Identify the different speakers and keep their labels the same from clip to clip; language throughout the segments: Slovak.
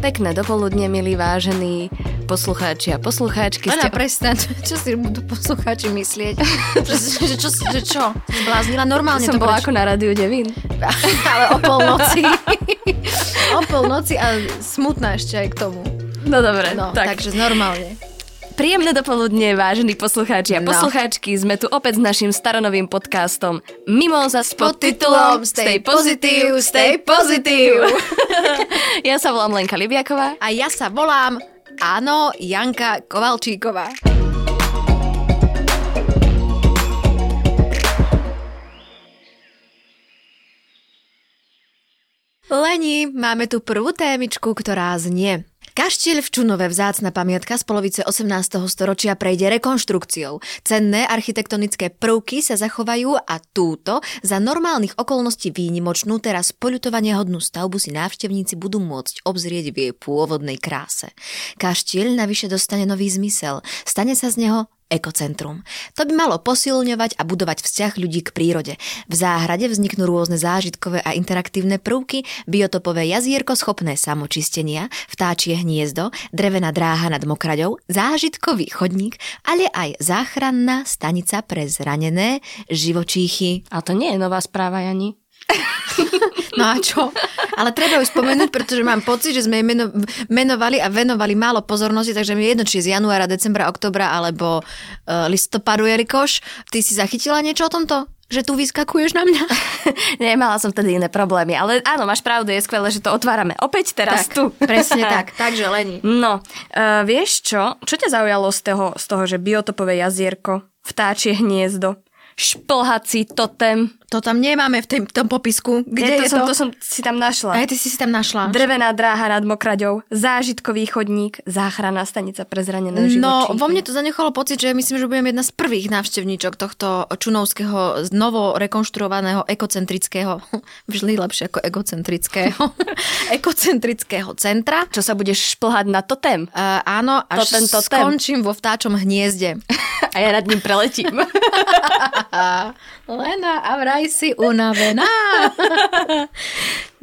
Speaker 1: Pekné dopoludne, milí vážení poslucháči a poslucháčky.
Speaker 2: Ana, prestaň, čo, čo si budú poslucháči myslieť? čo, čo, čo, čo, čo? Zbláznila normálne
Speaker 1: Som
Speaker 2: to
Speaker 1: bola
Speaker 2: preč-
Speaker 1: ako na rádiu Devín.
Speaker 2: Ale o polnoci. o polnoci a smutná ešte aj k tomu.
Speaker 1: No dobre,
Speaker 2: No,
Speaker 1: tak.
Speaker 2: takže normálne.
Speaker 1: Príjemné dopoludne, vážení poslucháči a
Speaker 2: No.
Speaker 1: poslucháčky. Sme tu opäť s našim staronovým podcastom Mimoza s
Speaker 2: Pod titulom Stay positive, stay positive.
Speaker 1: ja sa volám Lenka Libiaková.
Speaker 2: A ja sa volám, áno, Janka Kovalčíková. Leni, máme tu prvú témičku, ktorá znie. Kaštieľ v Čunove, vzácna pamiatka z polovice 18. storočia prejde rekonštrukciou. Cenné architektonické prvky sa zachovajú a túto za normálnych okolností výnimočnú teraz poľutovania hodnú stavbu si návštevníci budú môcť obzrieť v jej pôvodnej kráse. Kaštieľ navyše dostane nový zmysel. Stane sa z neho ekocentrum. To by malo posilňovať a budovať vzťah ľudí k prírode. V záhrade vzniknú rôzne zážitkové a interaktívne prvky, biotopové jazierko schopné samočistenia, vtáčie hniezdo, drevená dráha nad mokraďou, zážitkový chodník, ale aj záchranná stanica pre zranené živočíchy.
Speaker 1: A to nie je nová správa, Jani.
Speaker 2: No a čo? Ale treba ju spomenúť, pretože mám pocit, že sme jej meno, menovali a venovali málo pozornosti, takže mi je jedno, či je z januára, decembra, oktobra alebo uh, listopadu je rikoš. Ty si zachytila niečo o tomto? Že tu vyskakuješ na mňa?
Speaker 1: Nemala som vtedy iné problémy, ale áno, máš pravdu, je skvelé, že to otvárame opäť teraz tu.
Speaker 2: presne tak. Takže Leni.
Speaker 1: No, uh, vieš čo? Čo ťa zaujalo z toho, z toho, že biotopové jazierko, vtáčie hniezdo, šplhací totem?
Speaker 2: To tam nemáme v tém, tom popisku.
Speaker 1: Ja
Speaker 2: Kde
Speaker 1: to
Speaker 2: je
Speaker 1: som,
Speaker 2: to?
Speaker 1: to som si tam
Speaker 2: Aj
Speaker 1: našla.
Speaker 2: ty si si tam našla.
Speaker 1: Drevená dráha nad Mokraďou, zážitkový chodník, záchranná stanica pre zranené živočíchy.
Speaker 2: No, vo mne to zanechalo pocit, že myslím, že budem jedna z prvých návštevníčok tohto čunovského novo rekonštruovaného ekocentrického, vždy lepšie ako egocentrického, ekocentrického centra.
Speaker 1: Čo sa budeš šplhať na totem?
Speaker 2: Uh, áno, až
Speaker 1: Totem, totem.
Speaker 2: skončím vo vtáčom hniezde.
Speaker 1: A ja nad ním preletím.
Speaker 2: Lena, a vraj si unavená.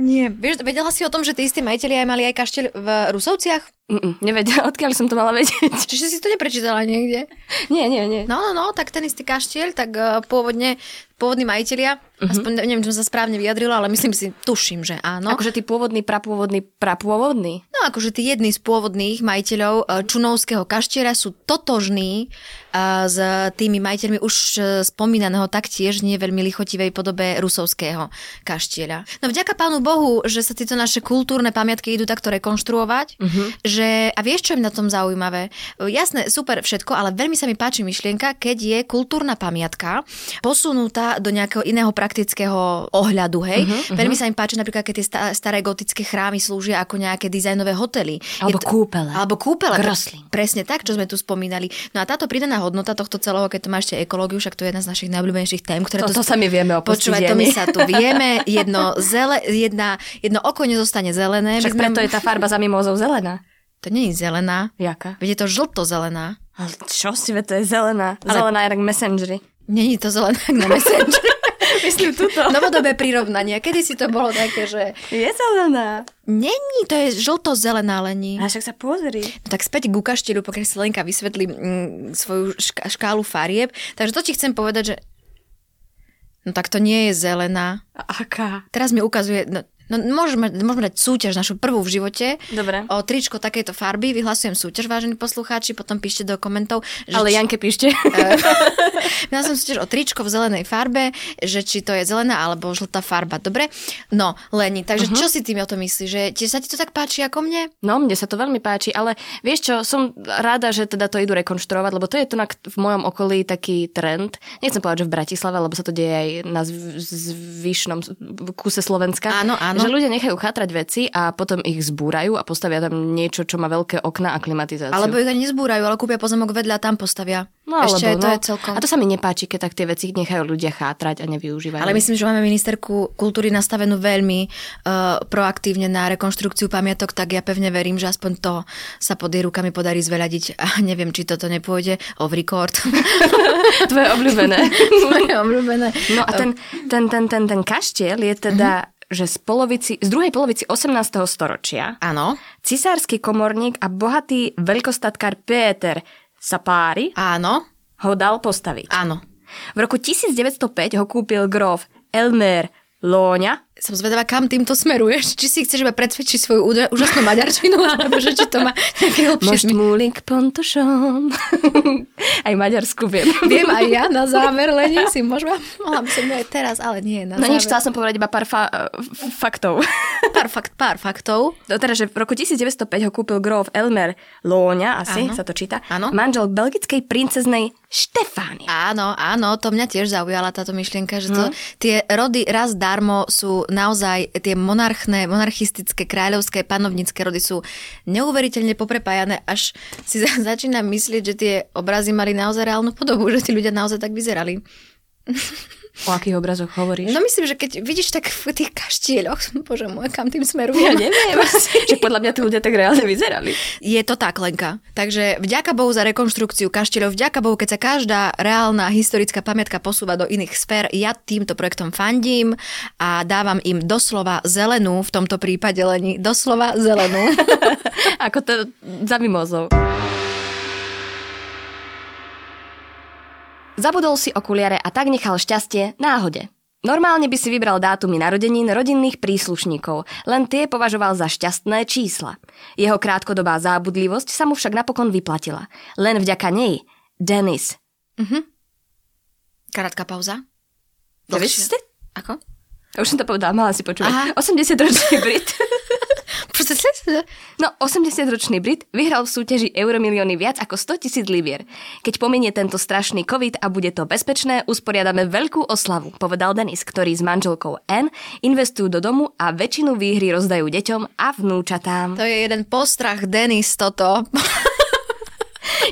Speaker 2: Nie, vieš, vedela si o tom, že tí istí majiteľi aj mali aj kaštieľ v Rusovciach?
Speaker 1: Mm, mm, Nevedela, odkiaľ som to mala vedieť.
Speaker 2: Čiže si to neprečítala niekde?
Speaker 1: Nie, nie, nie.
Speaker 2: No, no, no, tak ten istý kaštieľ, tak eh, pôvodne, pôvodní majiteľia, uh-huh. aspoň neviem, čo som sa správne vyjadrila, ale myslím si, tuším, že áno.
Speaker 1: Akože ty pôvodný, prapôvodný, prapôvodný.
Speaker 2: No akože tí jedni z pôvodných majiteľov e, Čunovského kaštiera sú totožní e, s tými majiteľmi už e, spomínaného taktiež nie veľmi lichotivej podobe rusovského kaštieľa. No vďaka pánu Bohu, že sa tieto naše kultúrne pamiatky idú takto rekonštruovať,
Speaker 1: Mhm.
Speaker 2: že a vieš, čo je na tom zaujímavé? E, Jasné, super všetko, ale veľmi sa mi páči myšlienka, keď je kultúrna pamiatka posunutá do nejakého iného praktického ohľadu, hej?
Speaker 1: Mhm,
Speaker 2: Uh-huh, uh-huh. Veľmi sa mi páči napríklad, keď tie sta- staré gotické chrámy slúžia ako nejaké dizajnové hotely.
Speaker 1: Alebo
Speaker 2: Je to-
Speaker 1: kúpele.
Speaker 2: Alebo kúpele.
Speaker 1: Grosling.
Speaker 2: Presne tak, čo sme tu spomínali. No a táto pridaná hodnota tohto celého, keď to má ešte ekológiu, však to je jedna z našich najobľúbenejších tém, ktoré
Speaker 1: To,
Speaker 2: tu
Speaker 1: to sa my vieme opustiť.
Speaker 2: Počúvať, to my
Speaker 1: Jani.
Speaker 2: sa tu vieme, jedno, zele, jedna, jedno oko nezostane zelené.
Speaker 1: Však
Speaker 2: My sme-
Speaker 1: preto je tá farba za mimozou zelená.
Speaker 2: To nie je zelená,
Speaker 1: Jaká?
Speaker 2: veď je to žlto-zelená.
Speaker 1: Ale čo si, ve, to je zelená.
Speaker 2: Ale-
Speaker 1: Zelená je tak messengery.
Speaker 2: Není to zelená jak na Messenger.
Speaker 1: Myslím tuto.
Speaker 2: Novodobé prirovnanie. Kedy si to bolo také, že...
Speaker 1: Je zelená.
Speaker 2: Není, to je žlto-zelená lení.
Speaker 1: A však sa pozri.
Speaker 2: No tak späť k ukaštieľu, pokiaľ si Lenka vysvetlí mm, svoju ška- škálu farieb. Takže to ti chcem povedať, že... No tak to nie je zelená.
Speaker 1: A aká?
Speaker 2: Teraz mi ukazuje... No, no môžeme, môžeme dať súťaž, našu prvú v živote.
Speaker 1: Dobre.
Speaker 2: O tričko takejto farby. Vyhlasujem súťaž, vážení poslucháči. Potom píšte do komentov, že
Speaker 1: Ale
Speaker 2: či-
Speaker 1: Janke píšte.
Speaker 2: Ja som si tiež o tričko v zelenej farbe, že či to je zelená alebo žltá farba. Dobre? No, Leni, takže
Speaker 1: Mhm.
Speaker 2: uh-huh. čo si tým o to myslíš? Že tiež sa ti to tak páči ako mne?
Speaker 1: No, mne sa to veľmi páči, ale vieš čo, som rada, že teda to idú rekonštruovať, lebo to je to na, v mojom okolí taký trend. Nechcem povedať, že v Bratislave, lebo sa to deje aj na zv- zvyšnom kuse Slovenska.
Speaker 2: Áno, áno.
Speaker 1: Že ľudia nechajú chátrať veci a potom ich zbúrajú a postavia tam niečo, čo má veľké okna a klimatizáciu.
Speaker 2: Alebo ich ani nezbúrajú, ale kúpia pozemok vedľa a tam postavia.
Speaker 1: No,
Speaker 2: Ešte aj
Speaker 1: alebo,
Speaker 2: to
Speaker 1: no.
Speaker 2: je celkom...
Speaker 1: A to sa mi nepáči, keď tak tie veci nechajú ľudia chátrať a nevyužívajú.
Speaker 2: Ale myslím, že máme ministerku kultúry nastavenú veľmi uh, proaktívne na rekonštrukciu pamiatok, tak ja pevne verím, že aspoň to sa pod jej rukami podarí zveľadiť. A neviem, či toto nepôjde off record.
Speaker 1: tvoje obľúbené.
Speaker 2: Moje obľúbené. Ehm. Mhm.
Speaker 1: No a ten, ten, ten, ten, ten kaštiel je teda že z, polovici, z druhej polovici 18. storočia
Speaker 2: Áno.
Speaker 1: cisársky komorník a bohatý veľkostatkár Péter Sapári
Speaker 2: Áno.
Speaker 1: ho dal postaviť.
Speaker 2: Áno.
Speaker 1: V roku 1905 ho kúpil gróf Elmer Lóňa.
Speaker 2: Som zvedavá, kam týmto smeruješ. Či si chceš iba predsvedčiť svoju úda- úžasnú maďarčinu, alebo že či to má nejaké hlbšie
Speaker 1: Most
Speaker 2: zmysel.
Speaker 1: múlik pontošom. Aj maďarsku viem.
Speaker 2: Viem aj ja na záver, len nie si možno. Mohla by som ju aj teraz, ale nie na
Speaker 1: No nič,
Speaker 2: záver.
Speaker 1: chcela som povedať iba pár fa- eh, f- faktov.
Speaker 2: Pár, fakt, pár faktov.
Speaker 1: No Teda, že v roku 1905 ho kúpil gróf Elmer Lóňa, asi
Speaker 2: Áno.
Speaker 1: sa to číta,
Speaker 2: Áno.
Speaker 1: manžel belgickej princeznej Štefány.
Speaker 2: Áno, áno, to mňa tiež zaujala táto myšlienka, že to, tie rody raz darmo sú naozaj tie monarchné, monarchistické, kráľovské, panovnícke rody sú neuveriteľne poprepájané, až si za- začínam myslieť, že tie obrazy mali naozaj reálnu podobu, že tí ľudia naozaj tak vyzerali.
Speaker 1: O akých obrazoch hovoríš?
Speaker 2: No myslím, že keď vidíš tak v tých kaštieľoch, bože môj, kam tým smerujem?
Speaker 1: ja neviem, že podľa mňa tí ľudia tak reálne vyzerali.
Speaker 2: Je to tak, Lenka. Takže vďaka Bohu za rekonštrukciu kaštieľov, vďaka Bohu, keď sa každá reálna historická pamiatka posúva do iných sfér, ja týmto projektom fandím a dávam im doslova zelenú, v tomto prípade Leni, doslova zelenú.
Speaker 1: Ako to za mimozou. Zabudol si okuliare a tak nechal šťastie náhode. Normálne by si vybral dátumy narodenín rodinných príslušníkov, len tie považoval za šťastné čísla. Jeho krátkodobá zábudlivosť sa mu však napokon vyplatila. Len vďaka nej, Dennis.
Speaker 2: Krátka pauza.
Speaker 1: Dlhšia.
Speaker 2: Dlhšia. Ako?
Speaker 1: Už som to povedala, mala si
Speaker 2: Aha.
Speaker 1: počúvať. 80-ročný Brit.
Speaker 2: Proste sli-
Speaker 1: No, 80-ročný Brit vyhral v súťaži Euromilióny viac ako 100 tisíc libier. Keď pominie tento strašný COVID a bude to bezpečné, usporiadame veľkú oslavu, povedal Denis, ktorý s manželkou N investujú do domu a väčšinu výhry rozdajú deťom a vnúčatám.
Speaker 2: To je jeden postrach Denis toto.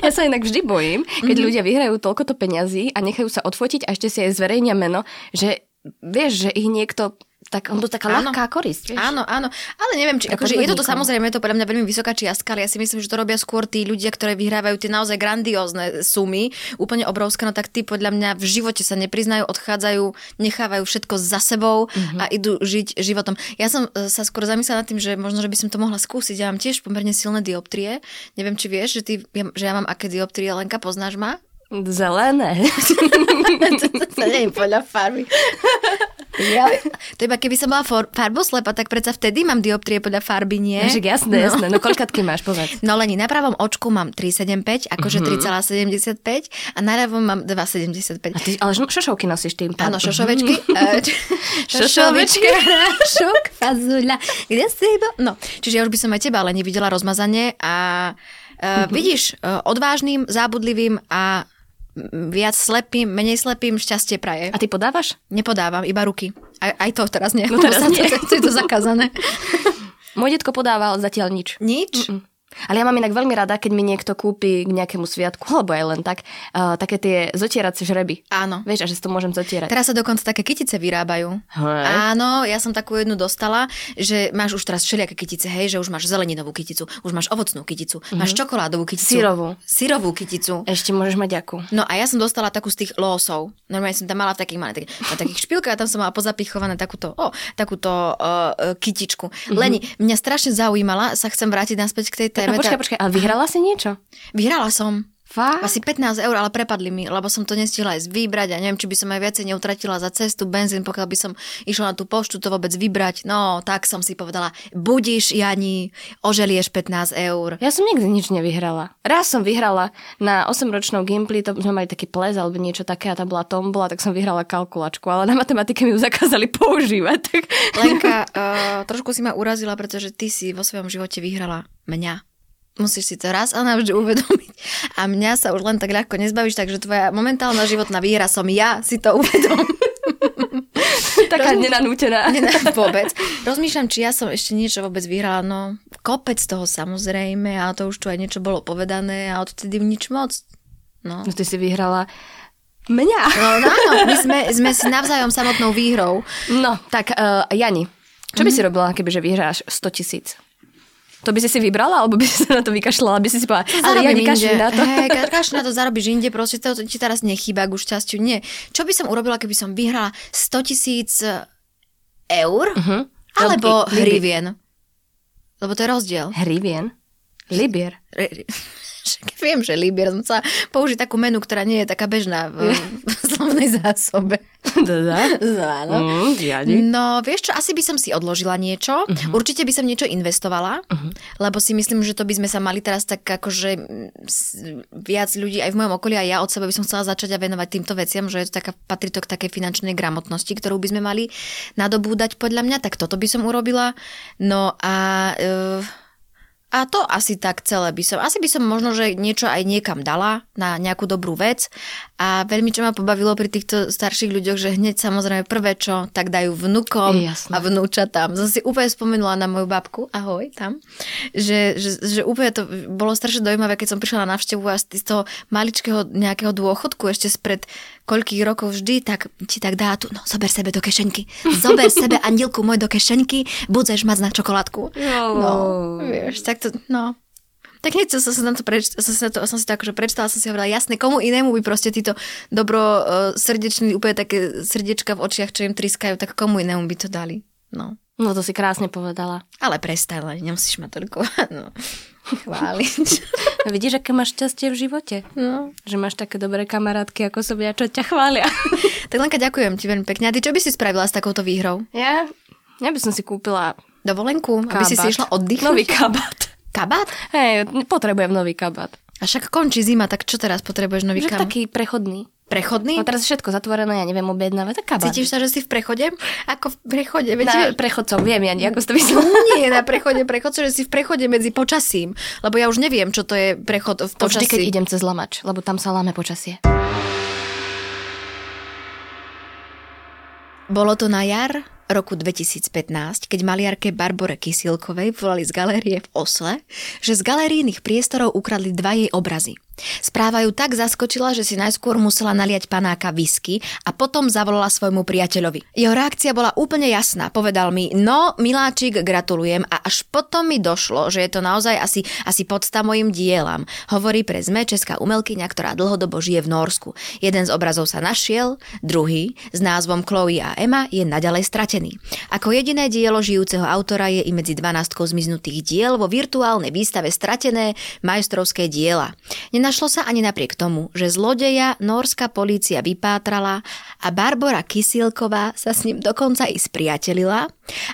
Speaker 1: Ja sa inak vždy bojím, keď ľudia vyhrajú toľkoto peňazí a nechajú sa odfotiť a ešte si aj zverejnia meno, že vieš, že ich niekto tak, on to taká
Speaker 2: Áno.
Speaker 1: ľahká korisť, vieš? no.
Speaker 2: Áno, áno. Ale neviem, či,
Speaker 1: A
Speaker 2: akože je to
Speaker 1: podvodníkom.
Speaker 2: samozrejme, je to podľa mňa veľmi vysoká čiastka, ale ja si myslím, že to robia skôr tí ľudia, ktorí vyhrávajú tie naozaj grandiózne sumy, úplne obrovské, no tak tí podľa mňa v živote sa nepriznajú, odchádzajú, nechávajú všetko za sebou
Speaker 1: Mhm.
Speaker 2: a idú žiť životom. Ja som e, sa skôr zamyslela nad tým, že možno, že by som to mohla skúsiť. Ja mám tiež pomerne silné dioptrie. Neviem, či vieš, že, ty, ja- že ja mám aké dioptrie, Lenka, poznáš ma?
Speaker 1: Zelené.
Speaker 2: to nie je podľa farby. Ja, to iba keby som bola for, farboslepa, tak predsa vtedy mám dioptrie podľa farby, nie?
Speaker 1: Však jasné, jasné. No koľkatky máš, povedz.
Speaker 2: No Leni, na pravom očku mám 3,75, akože 3,75 a na ľavom mám 2,75.
Speaker 1: A ty, ale š- šošovky nosíš tým pádom.
Speaker 2: Áno, šošovečky. eh, č-
Speaker 1: Šošovečky.
Speaker 2: hrášok, fazuľa. Kde si bo? No, čiže ja už by som aj teba, ale nevidela rozmazanie a eh, vidíš, eh, odvážnym, zábudlivým a mm, viac slepým, menej slepým šťastie praje.
Speaker 1: A ty podávaš?
Speaker 2: Nepodávam, iba ruky. Aj, aj to teraz nie.
Speaker 1: No teraz
Speaker 2: lebo sa
Speaker 1: nie.
Speaker 2: To, to je to zakázané.
Speaker 1: Môj detko podával zatiaľ nič.
Speaker 2: Nič?
Speaker 1: Mm. Ale ja mám inak veľmi rada, keď mi niekto kúpi k nejakému sviatku, alebo aj len tak, uh, také tie zotieracie žreby.
Speaker 2: Áno.
Speaker 1: Vieš, a že si to môžem zotierať.
Speaker 2: Teraz sa dokonca také kytice vyrábajú.
Speaker 1: Hej.
Speaker 2: Áno, ja som takú jednu dostala, že máš už teraz všelijaké kytice, hej, že už máš zeleninovú kyticu, už máš ovocnú
Speaker 1: Mhm.
Speaker 2: kyticu, mm-hmm. máš čokoládovú kyticu.
Speaker 1: Syrovú.
Speaker 2: Syrovú kyticu.
Speaker 1: Ešte môžeš mať ďaku.
Speaker 2: No a ja som dostala takú z tých losov. Normálne som tam mala v takých, mala takých, na takých špilkách, tam som mala pozapichované takúto, o, takúto uh, kytičku.
Speaker 1: Mhm.
Speaker 2: Mm-hmm. Leni, mňa strašne zaujímala, sa chcem vrátiť naspäť k tej
Speaker 1: No
Speaker 2: téme.
Speaker 1: počkaj,
Speaker 2: tá-
Speaker 1: počkaj, ale vyhrala si niečo?
Speaker 2: Vyhrala som.
Speaker 1: Fakt?
Speaker 2: Asi 15 eur, ale prepadli mi, lebo som to nestihla aj vybrať a neviem, či by som aj viacej neutratila za cestu, benzín, pokiaľ by som išla na tú poštu to vôbec vybrať. No, tak som si povedala, budíš, Jani, oželieš 15 eur.
Speaker 1: Ja som nikdy nič nevyhrala. Raz som vyhrala na 8-ročnou Gimply, to sme mali taký ples alebo niečo také a tam bola tombola, tak som vyhrala kalkulačku, ale na matematike mi ju zakázali používať. Tak...
Speaker 2: Lenka, uh, trošku si ma urazila, pretože ty si vo svojom živote vyhrala mňa. Musíš si to raz a navždy uvedomiť. A mňa sa už len tak ľahko nezbavíš, takže tvoja momentálna životná výhra som ja, si to uvedom.
Speaker 1: Taká
Speaker 2: Rozumiem.
Speaker 1: nenanútená.
Speaker 2: Nie, vôbec. Rozmýšľam, či ja som ešte niečo vôbec vyhrala. No, kopec toho samozrejme, a to už tu aj niečo bolo povedané a odtedy nič moc. No.
Speaker 1: No ty si vyhrala mňa.
Speaker 2: No, no áno, my sme, sme si navzájom samotnou výhrou.
Speaker 1: No, tak uh, Jani, čo
Speaker 2: Mhm.
Speaker 1: by si robila, kebyže vyhráš 100 tisíc? To by si si vybrala, alebo by si sa na to vykašľala, aby si si povedala, ale Jani, kašli na to.
Speaker 2: Hej, ka- kašli na to, zarobíš inde, proste to, to ti teraz nechýba k už šťastiu. Nie. Čo by som urobila, keby som vyhrala 100 tisíc e, eur
Speaker 1: Mhm.
Speaker 2: alebo
Speaker 1: Libi-
Speaker 2: hrivien. Lebo to je rozdiel.
Speaker 1: Hrivien? Libier.
Speaker 2: Re- re- Však Viem, že Libier som sa použiť takú menu, ktorá nie je taká bežná v, v slovnej zásobe.
Speaker 1: Teda?
Speaker 2: No, áno.
Speaker 1: Mm, riadi.
Speaker 2: No, vieš čo, asi by som si odložila niečo. Uh-huh. Určite by som niečo investovala, uh-huh. lebo si myslím, že to by sme sa mali teraz tak akože mm, s- viac ľudí aj v mojom okolí a ja od seba by som chcela začať a venovať týmto veciam, že je to taká, patrí to k takej finančnej gramotnosti, ktorú by sme mali nadobúdať podľa mňa, tak toto by som urobila. No a... E- a to asi tak celé by som. Asi by som možno, že niečo aj niekam dala na nejakú dobrú vec. A veľmi čo ma pobavilo pri týchto starších ľuďoch, že hneď samozrejme prvé čo, tak dajú vnúkom
Speaker 1: Jasné.
Speaker 2: a vnúčatám. Som si úplne spomenula na moju babku, ahoj, tam. Že, že, že úplne to bolo strašne dojímavé, keď som prišla na návštevu a z z toho maličkého nejakého dôchodku ešte spred koľkých rokov vždy, tak ti tak dá tu, no zober sebe do kešenky. Zober sebe andilku môj do kešenky, budeš mať na čokoládku. No,
Speaker 1: Jo.
Speaker 2: vieš, tak to, no. Tak hneď som sa na to, preč, som, sa na to, som si to akože prečítala, som si hovorila, jasne, komu inému by proste títo dobro eh, srdeční, úplne také srdiečka v očiach, čo im trískajú, tak komu inému by to dali. No.
Speaker 1: No to si krásne povedala.
Speaker 2: Ale prestaj, len nemusíš ma toľko no, chváliť.
Speaker 1: A vidíš, aké máš šťastie v živote?
Speaker 2: No.
Speaker 1: Že máš také dobré kamarátky ako som ja, čo ťa chvália.
Speaker 2: Tak Lenka, ďakujem ti veľmi pekne. A ty čo by si spravila s takouto výhrou?
Speaker 1: Ja, ja by som si kúpila
Speaker 2: Dovolenku? Aby si si
Speaker 1: kabát.
Speaker 2: išla oddychnúť?
Speaker 1: Nový kabát.
Speaker 2: kabát?
Speaker 1: Hej, potrebujem nový kabát.
Speaker 2: A však končí zima, tak čo teraz potrebuješ nový
Speaker 1: Že
Speaker 2: kabát?
Speaker 1: taký prechodný.
Speaker 2: Prechodný?
Speaker 1: No teraz je všetko zatvorené, ja neviem objednávať, tak kabát.
Speaker 2: Cítiš sa, že si v prechode? Ako v prechode,
Speaker 1: Na
Speaker 2: viete?
Speaker 1: prechodcov, viem ja, ako si to myslela.
Speaker 2: Nie, na prechode prechodcu, že si v prechode medzi počasím. Lebo ja už neviem, čo to je prechod v
Speaker 1: To vždy,
Speaker 2: počasí.
Speaker 1: keď idem cez lamač, lebo tam sa láme počasie.
Speaker 2: Bolo to na jar roku 2015, keď maliarke Barbore Kysielkovej volali z galérie v Osle, že z galerijných priestorov ukradli dva jej obrazy. Správa ju tak zaskočila, že si najskôr musela naliať panáka whisky a potom zavolala svojmu priateľovi. Jeho reakcia bola úplne jasná. Povedal mi, no, miláčik, gratulujem a až potom mi došlo, že je to naozaj asi, asi podsta mojim dielam. Hovorí pre ZME česká umelkyňa, ktorá dlhodobo žije v Norsku. Jeden z obrazov sa našiel, druhý s názvom Chloe a Emma je naďalej stratený. Ako jediné dielo žijúceho autora je i medzi 12 zmiznutých diel vo virtuálnej výstave Stratené majstrovské diela. Nenašlo sa ani napriek tomu, že zlodeja norská polícia vypátrala a Barbara Kysielková sa s ním dokonca i spriatelila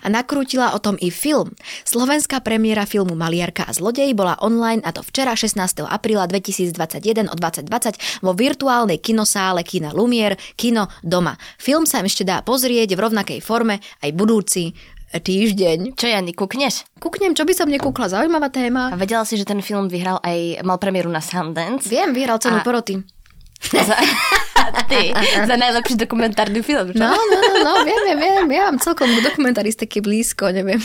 Speaker 2: a nakrútila o tom i film. Slovenská premiéra filmu Maliarka a zlodej bola online a to včera 16. apríla 2021 o 2020 vo virtuálnej kinosále Kina Lumier, Kino Doma. Film sa ešte dá pozrieť v rovnakej forme aj budúci týždeň.
Speaker 1: Čo, Jani, kúkneš?
Speaker 2: Kúknem, čo by som nekúkla, zaujímavá téma.
Speaker 1: A vedela si, že ten film vyhral aj, mal premiéru na Sundance?
Speaker 2: Viem, vyhral
Speaker 1: A-
Speaker 2: cenu poroty.
Speaker 1: Za, ty, za najlepší dokumentárny film, čo?
Speaker 2: No, no, no, no, viem, viem, viem, ja mám celkom dokumentaristiky blízko, neviem.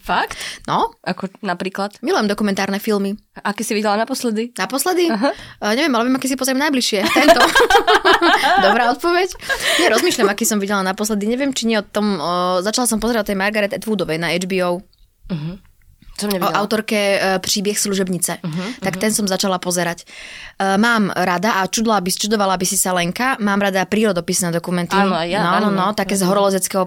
Speaker 1: Fakt?
Speaker 2: No,
Speaker 1: Ako napríklad?
Speaker 2: milujem dokumentárne filmy.
Speaker 1: Aké si videla naposledy?
Speaker 2: Naposledy? Uh, neviem, ale viem, aký si pozriem najbližšie. Tento. Dobrá odpoveď. Nie, rozmýšľam, aký som videla naposledy. Neviem, či nie o tom... O, začala som pozerať o tej Margaret Atwoodovej na HBO.
Speaker 1: Som
Speaker 2: O
Speaker 1: nevidela.
Speaker 2: autorke e, Příběh služebnice.
Speaker 1: Mhm,
Speaker 2: Uh-huh, tak uh-huh. ten som začala pozerať. E, mám rada, a čudla by, čudovala by si sa Lenka, mám rada prírodopisné dokumenty.
Speaker 1: Áno, aj ja, veľmi.
Speaker 2: no, no, no, také z horolezeckého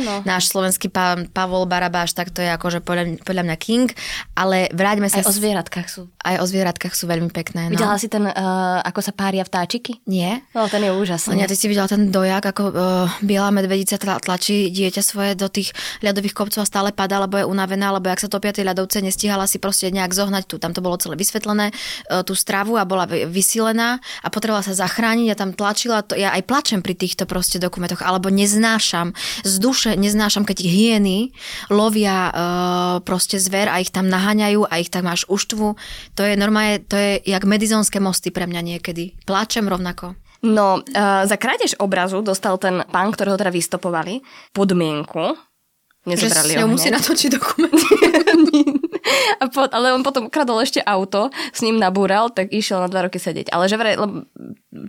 Speaker 1: No, áno.
Speaker 2: Náš slovenský pán Pavol Barabáš, tak to je akože podľa, podľa mňa king. Ale vráťme
Speaker 1: Aj o
Speaker 2: sa... s-
Speaker 1: zvieratkách sú.
Speaker 2: aj o zvieratkách sú veľmi pekné. No.
Speaker 1: Videla si ten, uh, ako sa pária vtáčiky?
Speaker 2: Nie?
Speaker 1: No, ten je úžasný.
Speaker 2: Lenia, ty si videla ten dojak, ako uh, biela medvedica tla, tlačí dieťa svoje do tých ľadových kopcov a stále padá, lebo je unavená, lebo jak sa topia tie ľadovce, nestihala si proste nejak zohnať tu. Tam to bolo celé vysvetlené, uh, tú stravu a bola vy- vysilená a potrebovala sa zachrániť a tam tlačila. To, ja aj plačem pri týchto proste dokumentoch, alebo neznášam, z duše neznášam, keď ich hyeny lovia uh, proste zver a ich tam naháňajú a ich tam až uštvu. To je normálne, to je jak medizonské mosty pre mňa niekedy. Plačem rovnako.
Speaker 1: No, uh, za krádež obrazu dostal ten pán, ktorého teda vystopovali, podmienku. Nezobrali ho
Speaker 2: že s ňou
Speaker 1: hneď.
Speaker 2: musí natočiť dokument.
Speaker 1: A po, ale on potom kradol ešte auto, s ním nabúral, tak išiel na dva roky sedieť. Ale že vraj, lebo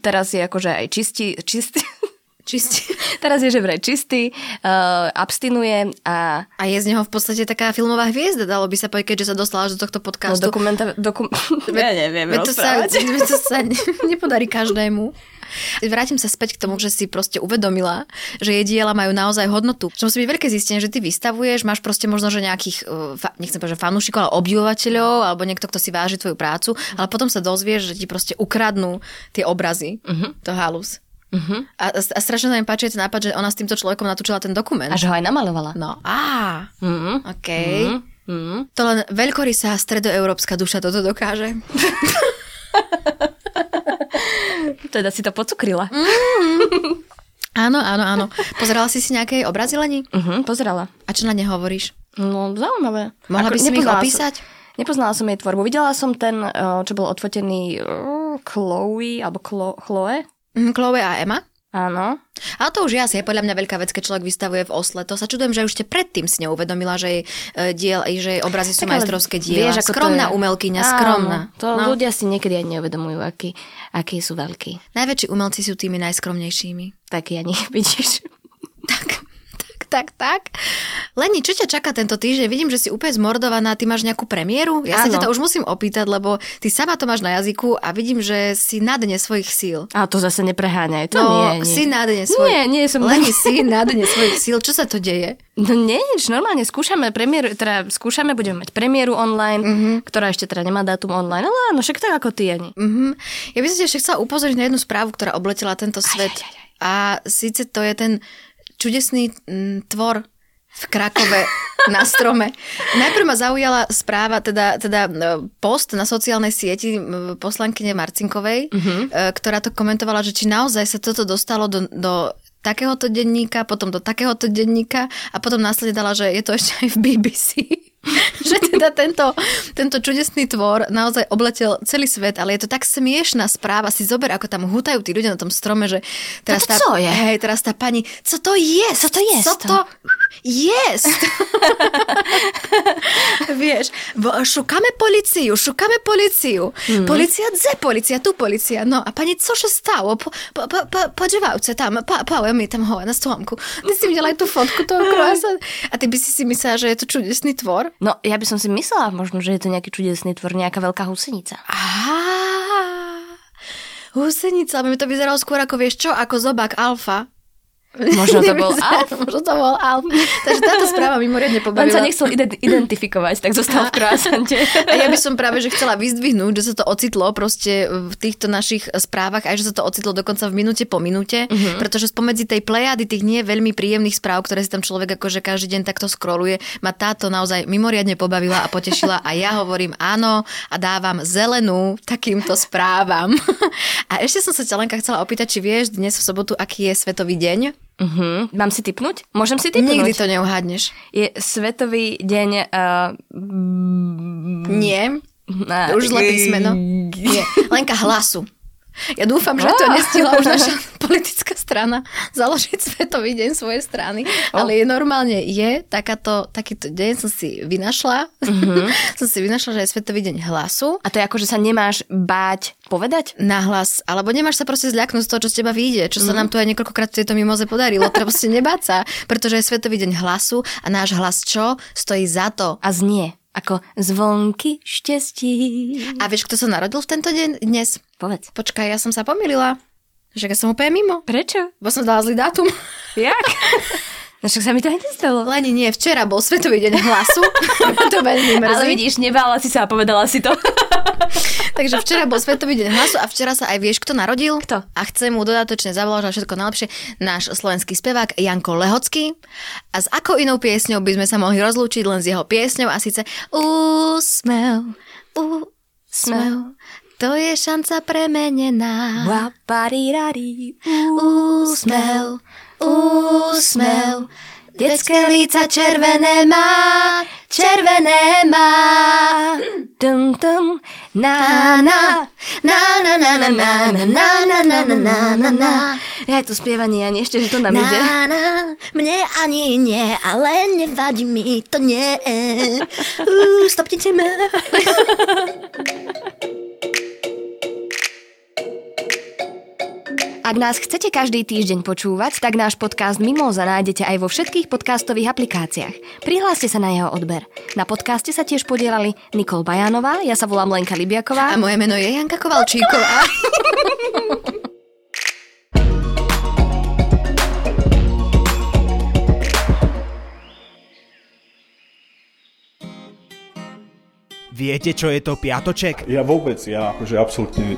Speaker 1: teraz je akože aj čistí, čistí,
Speaker 2: Čistí.
Speaker 1: Teraz je že vraj čistý, uh, abstinuje a no,
Speaker 2: A je z neho v podstate taká filmová hviezda, dalo by sa povedať, keďže sa dostala až do tohto
Speaker 1: no,
Speaker 2: podcastu.
Speaker 1: dokumenta... Dokum... Ja neviem
Speaker 2: Veď to sa,
Speaker 1: rozprávať.
Speaker 2: veď to sa ne- nepodarí každému. Vrátim sa späť k tomu, že si proste uvedomila, že jej diela majú naozaj hodnotu. Čo musí byť veľké zistenie, že ty vystavuješ, máš proste možno, že nejakých, eh, fa- nechcem povedať, že fanúšikov, ale obdivovateľov, alebo niekto, kto si váži tvoju prácu, ale potom sa dozvieš, že ti proste ukradnú tie obrazy.
Speaker 1: Mhm.
Speaker 2: To halus.
Speaker 1: Uh-huh.
Speaker 2: A, a strašne sa mi páči ten nápad, že ona s týmto človekom natúčila ten dokument.
Speaker 1: A že ho aj namalovala.
Speaker 2: No, á,
Speaker 1: Mm.
Speaker 2: OK.
Speaker 1: Mm. Mm.
Speaker 2: To len veľkorysá stredoeurópska duša toto dokáže.
Speaker 1: Teda si to pocukrila.
Speaker 2: Áno, áno, áno. Pozerala si si nejaké jej obrazy Leni?
Speaker 1: Uh-huh, pozerala.
Speaker 2: A čo na ne hovoríš?
Speaker 1: No, zaujímavé.
Speaker 2: Mohla by si mi ich
Speaker 1: nepoznala som-
Speaker 2: opísať?
Speaker 1: Nepoznala som jej tvorbu. Videla som ten, eh, čo bol odfotený eh, Chloe, alebo Chlo- Chloe?
Speaker 2: Mm, Chloe a Emma?
Speaker 1: Áno.
Speaker 2: Ale to už je asi je podľa mňa veľká vec, keď človek vystavuje v Osle. To sa čudujem, že už ste predtým si neuvedomila, že jej, e, diel, že jej obrazy
Speaker 1: Tak
Speaker 2: sú
Speaker 1: ale
Speaker 2: majstrovské diela.
Speaker 1: vieš, ako to
Speaker 2: skromná
Speaker 1: je.
Speaker 2: umelkyňa, skromná.
Speaker 1: Áno, to no. ľudia si niekedy ani neuvedomujú, akí, akí sú veľkí.
Speaker 2: Najväčší umelci sú tými najskromnejšími.
Speaker 1: Taký ani, vidíš.
Speaker 2: Tak, tak, tak, tak. Leni, čo ťa čaká tento týždeň? Vidím, že si úplne zmordovaná, ty máš nejakú premiéru? Ja sa
Speaker 1: Áno.
Speaker 2: ťa to už musím opýtať, lebo ty sama to máš na jazyku a vidím, že si na dne svojich síl.
Speaker 1: A to zase nepreháňaj, to
Speaker 2: no,
Speaker 1: nie, nie.
Speaker 2: si na dne svoj...
Speaker 1: Nie, nie som
Speaker 2: Leni, si na dne svojich síl. Čo sa to deje?
Speaker 1: No nie, nič, normálne skúšame premiéru, teda skúšame, budeme mať premiéru online, mm-hmm. ktorá ešte teda nemá dátum online, ale áno, však tak ako ty ani.
Speaker 2: Mhm. Ja by som ťa ešte chcela upozorniť na jednu správu, ktorá obletela tento svet.
Speaker 1: aj, aj,
Speaker 2: A síce to je ten čudesný mm, tvor v Krakove na strome. Najprv ma zaujala správa, teda, teda e, post na sociálnej sieti mm, poslankyne Marcinkovej, e, ktorá to komentovala, že či naozaj sa toto dostalo do, do takéhoto denníka, potom do takéhoto denníka a potom následne dala, že je to ešte aj v BBC. že teda tento, tento čudesný tvor naozaj obletel celý svet, ale je to tak smiešná správa. Si zober, ako tam hutajú tí ľudia na tom strome, že teraz
Speaker 1: Toto co je?
Speaker 2: Hej, teraz tá pani, co to je?
Speaker 1: Co to jest?
Speaker 2: Co to jest? Vieš, v- šukame policiu, šukame policiu.
Speaker 1: Mhm.
Speaker 2: Mm. Policia dze, policia, tu policia. No a pani, co się stało? Po, po, po, po, podziewałce tam, pa, pałem mi tam hoła na stłomku. Ty si videla aj tú fotku toho croissant. A ty by si si myslela, že je to čudesný tvor?
Speaker 1: No, ja by som si myslela možno, že je to nejaký čudesný tvor, nejaká veľká husenica.
Speaker 2: Á, Husenica, ale mi to vyzeralo skôr ako vieš čo, ako zobák alfa.
Speaker 1: Možno to bol
Speaker 2: Vyzerá- Možno to bol alfa. Takže táto správa mimoriadne
Speaker 1: On
Speaker 2: pobavila.
Speaker 1: sa nechcel ident- identifikovať, tak zostal v croissante.
Speaker 2: A ja by som práve, že chcela vyzdvihnúť, že sa to ocitlo proste v týchto našich správach, aj že sa to ocitlo dokonca v minúte po
Speaker 1: Mhm.
Speaker 2: minúte, mm-hmm. pretože spomedzi tej plejady tých nie veľmi príjemných správ, ktoré si tam človek akože každý deň takto scrolluje, ma táto naozaj mimoriadne pobavila a potešila a ja hovorím áno a dávam zelenú takýmto správam. A ešte som sa ťa Lenka chcela opýtať, či vieš dnes v sobotu, aký je Svetový deň?
Speaker 1: Uh-huh. Mám si typnúť? Môžem si typnúť?
Speaker 2: Nikdy to neuhádneš.
Speaker 1: Je Svetový deň... mm, Uh,
Speaker 2: Nie.
Speaker 1: na...
Speaker 2: Už no. zlé písmeno. Nie, Lenka hlasu. Ja dúfam, že to
Speaker 1: Á.
Speaker 2: nestihla už naša politická strana založiť svetový deň svojej strany, ale je normálne, je takáto, takýto deň som si vynašla, som si vynašla, že je svetový deň hlasu
Speaker 1: A to je ako, že sa nemáš báť povedať?
Speaker 2: na hlas, alebo nemáš sa proste zľaknúť z toho, čo z teba vyjde, čo sa nám tu aj niekoľkokrát v tejto mimoze podarilo, treba si nebáť sa, pretože je svetový deň hlasu a náš hlas čo? Stojí za to.
Speaker 1: A znie ako zvonky šťastí.
Speaker 2: A vieš, kto sa narodil v tento deň dnes?
Speaker 1: Povedz.
Speaker 2: Počkaj, ja som sa pomýlila. Že ja som úplne mimo.
Speaker 1: Prečo?
Speaker 2: Bo som dala zlý dátum.
Speaker 1: Jak? no však sa mi to aj nestalo.
Speaker 2: Leni, nie, včera bol Svetový deň hlasu. to veľmi mrzí.
Speaker 1: Ale vidíš, nebála si sa a povedala si to.
Speaker 2: Takže včera bol Svetový deň hlasu a včera sa aj vieš, kto narodil.
Speaker 1: Kto?
Speaker 2: A chcem mu dodatočne zavolažať všetko najlepšie náš slovenský spevák Janko Lehocký. A s akou inou piesňou by sme sa mohli rozlúčiť len s jeho piesňou a síce Úsmev, úsmev, to je šanca premenená.
Speaker 1: Waparirari,
Speaker 2: Úsmev, úsmev, detské líca červené má, červené má.
Speaker 1: dum dum, na
Speaker 2: Na, na, na, na, na, na, na, na, na, na, na, na, na, na.
Speaker 1: Ja je to spievanie, ani ešte, že to nám ide.
Speaker 2: Na, na, mne ani nie, ale nevadí mi to nie. Ú, stopnite ma. A
Speaker 1: Ak nás chcete každý týždeň počúvať, tak náš podcast Mimoza nájdete aj vo všetkých podcastových aplikáciách. Prihláste sa na jeho odber. Na podcaste sa tiež podielali Nikol Bajanová, ja sa volám Lenka
Speaker 2: A
Speaker 1: Libiaková.
Speaker 2: moje meno je Janka Kovalčíková.
Speaker 3: Viete, čo je to piatoček?
Speaker 4: Ja vôbec, ja akože absolútne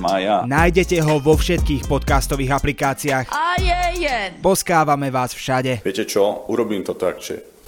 Speaker 4: mája.
Speaker 3: Nájdete ho vo všetkých podcastových aplikáciách. A je, je. Poskávame vás všade.
Speaker 4: Viete čo, urobím to tak, že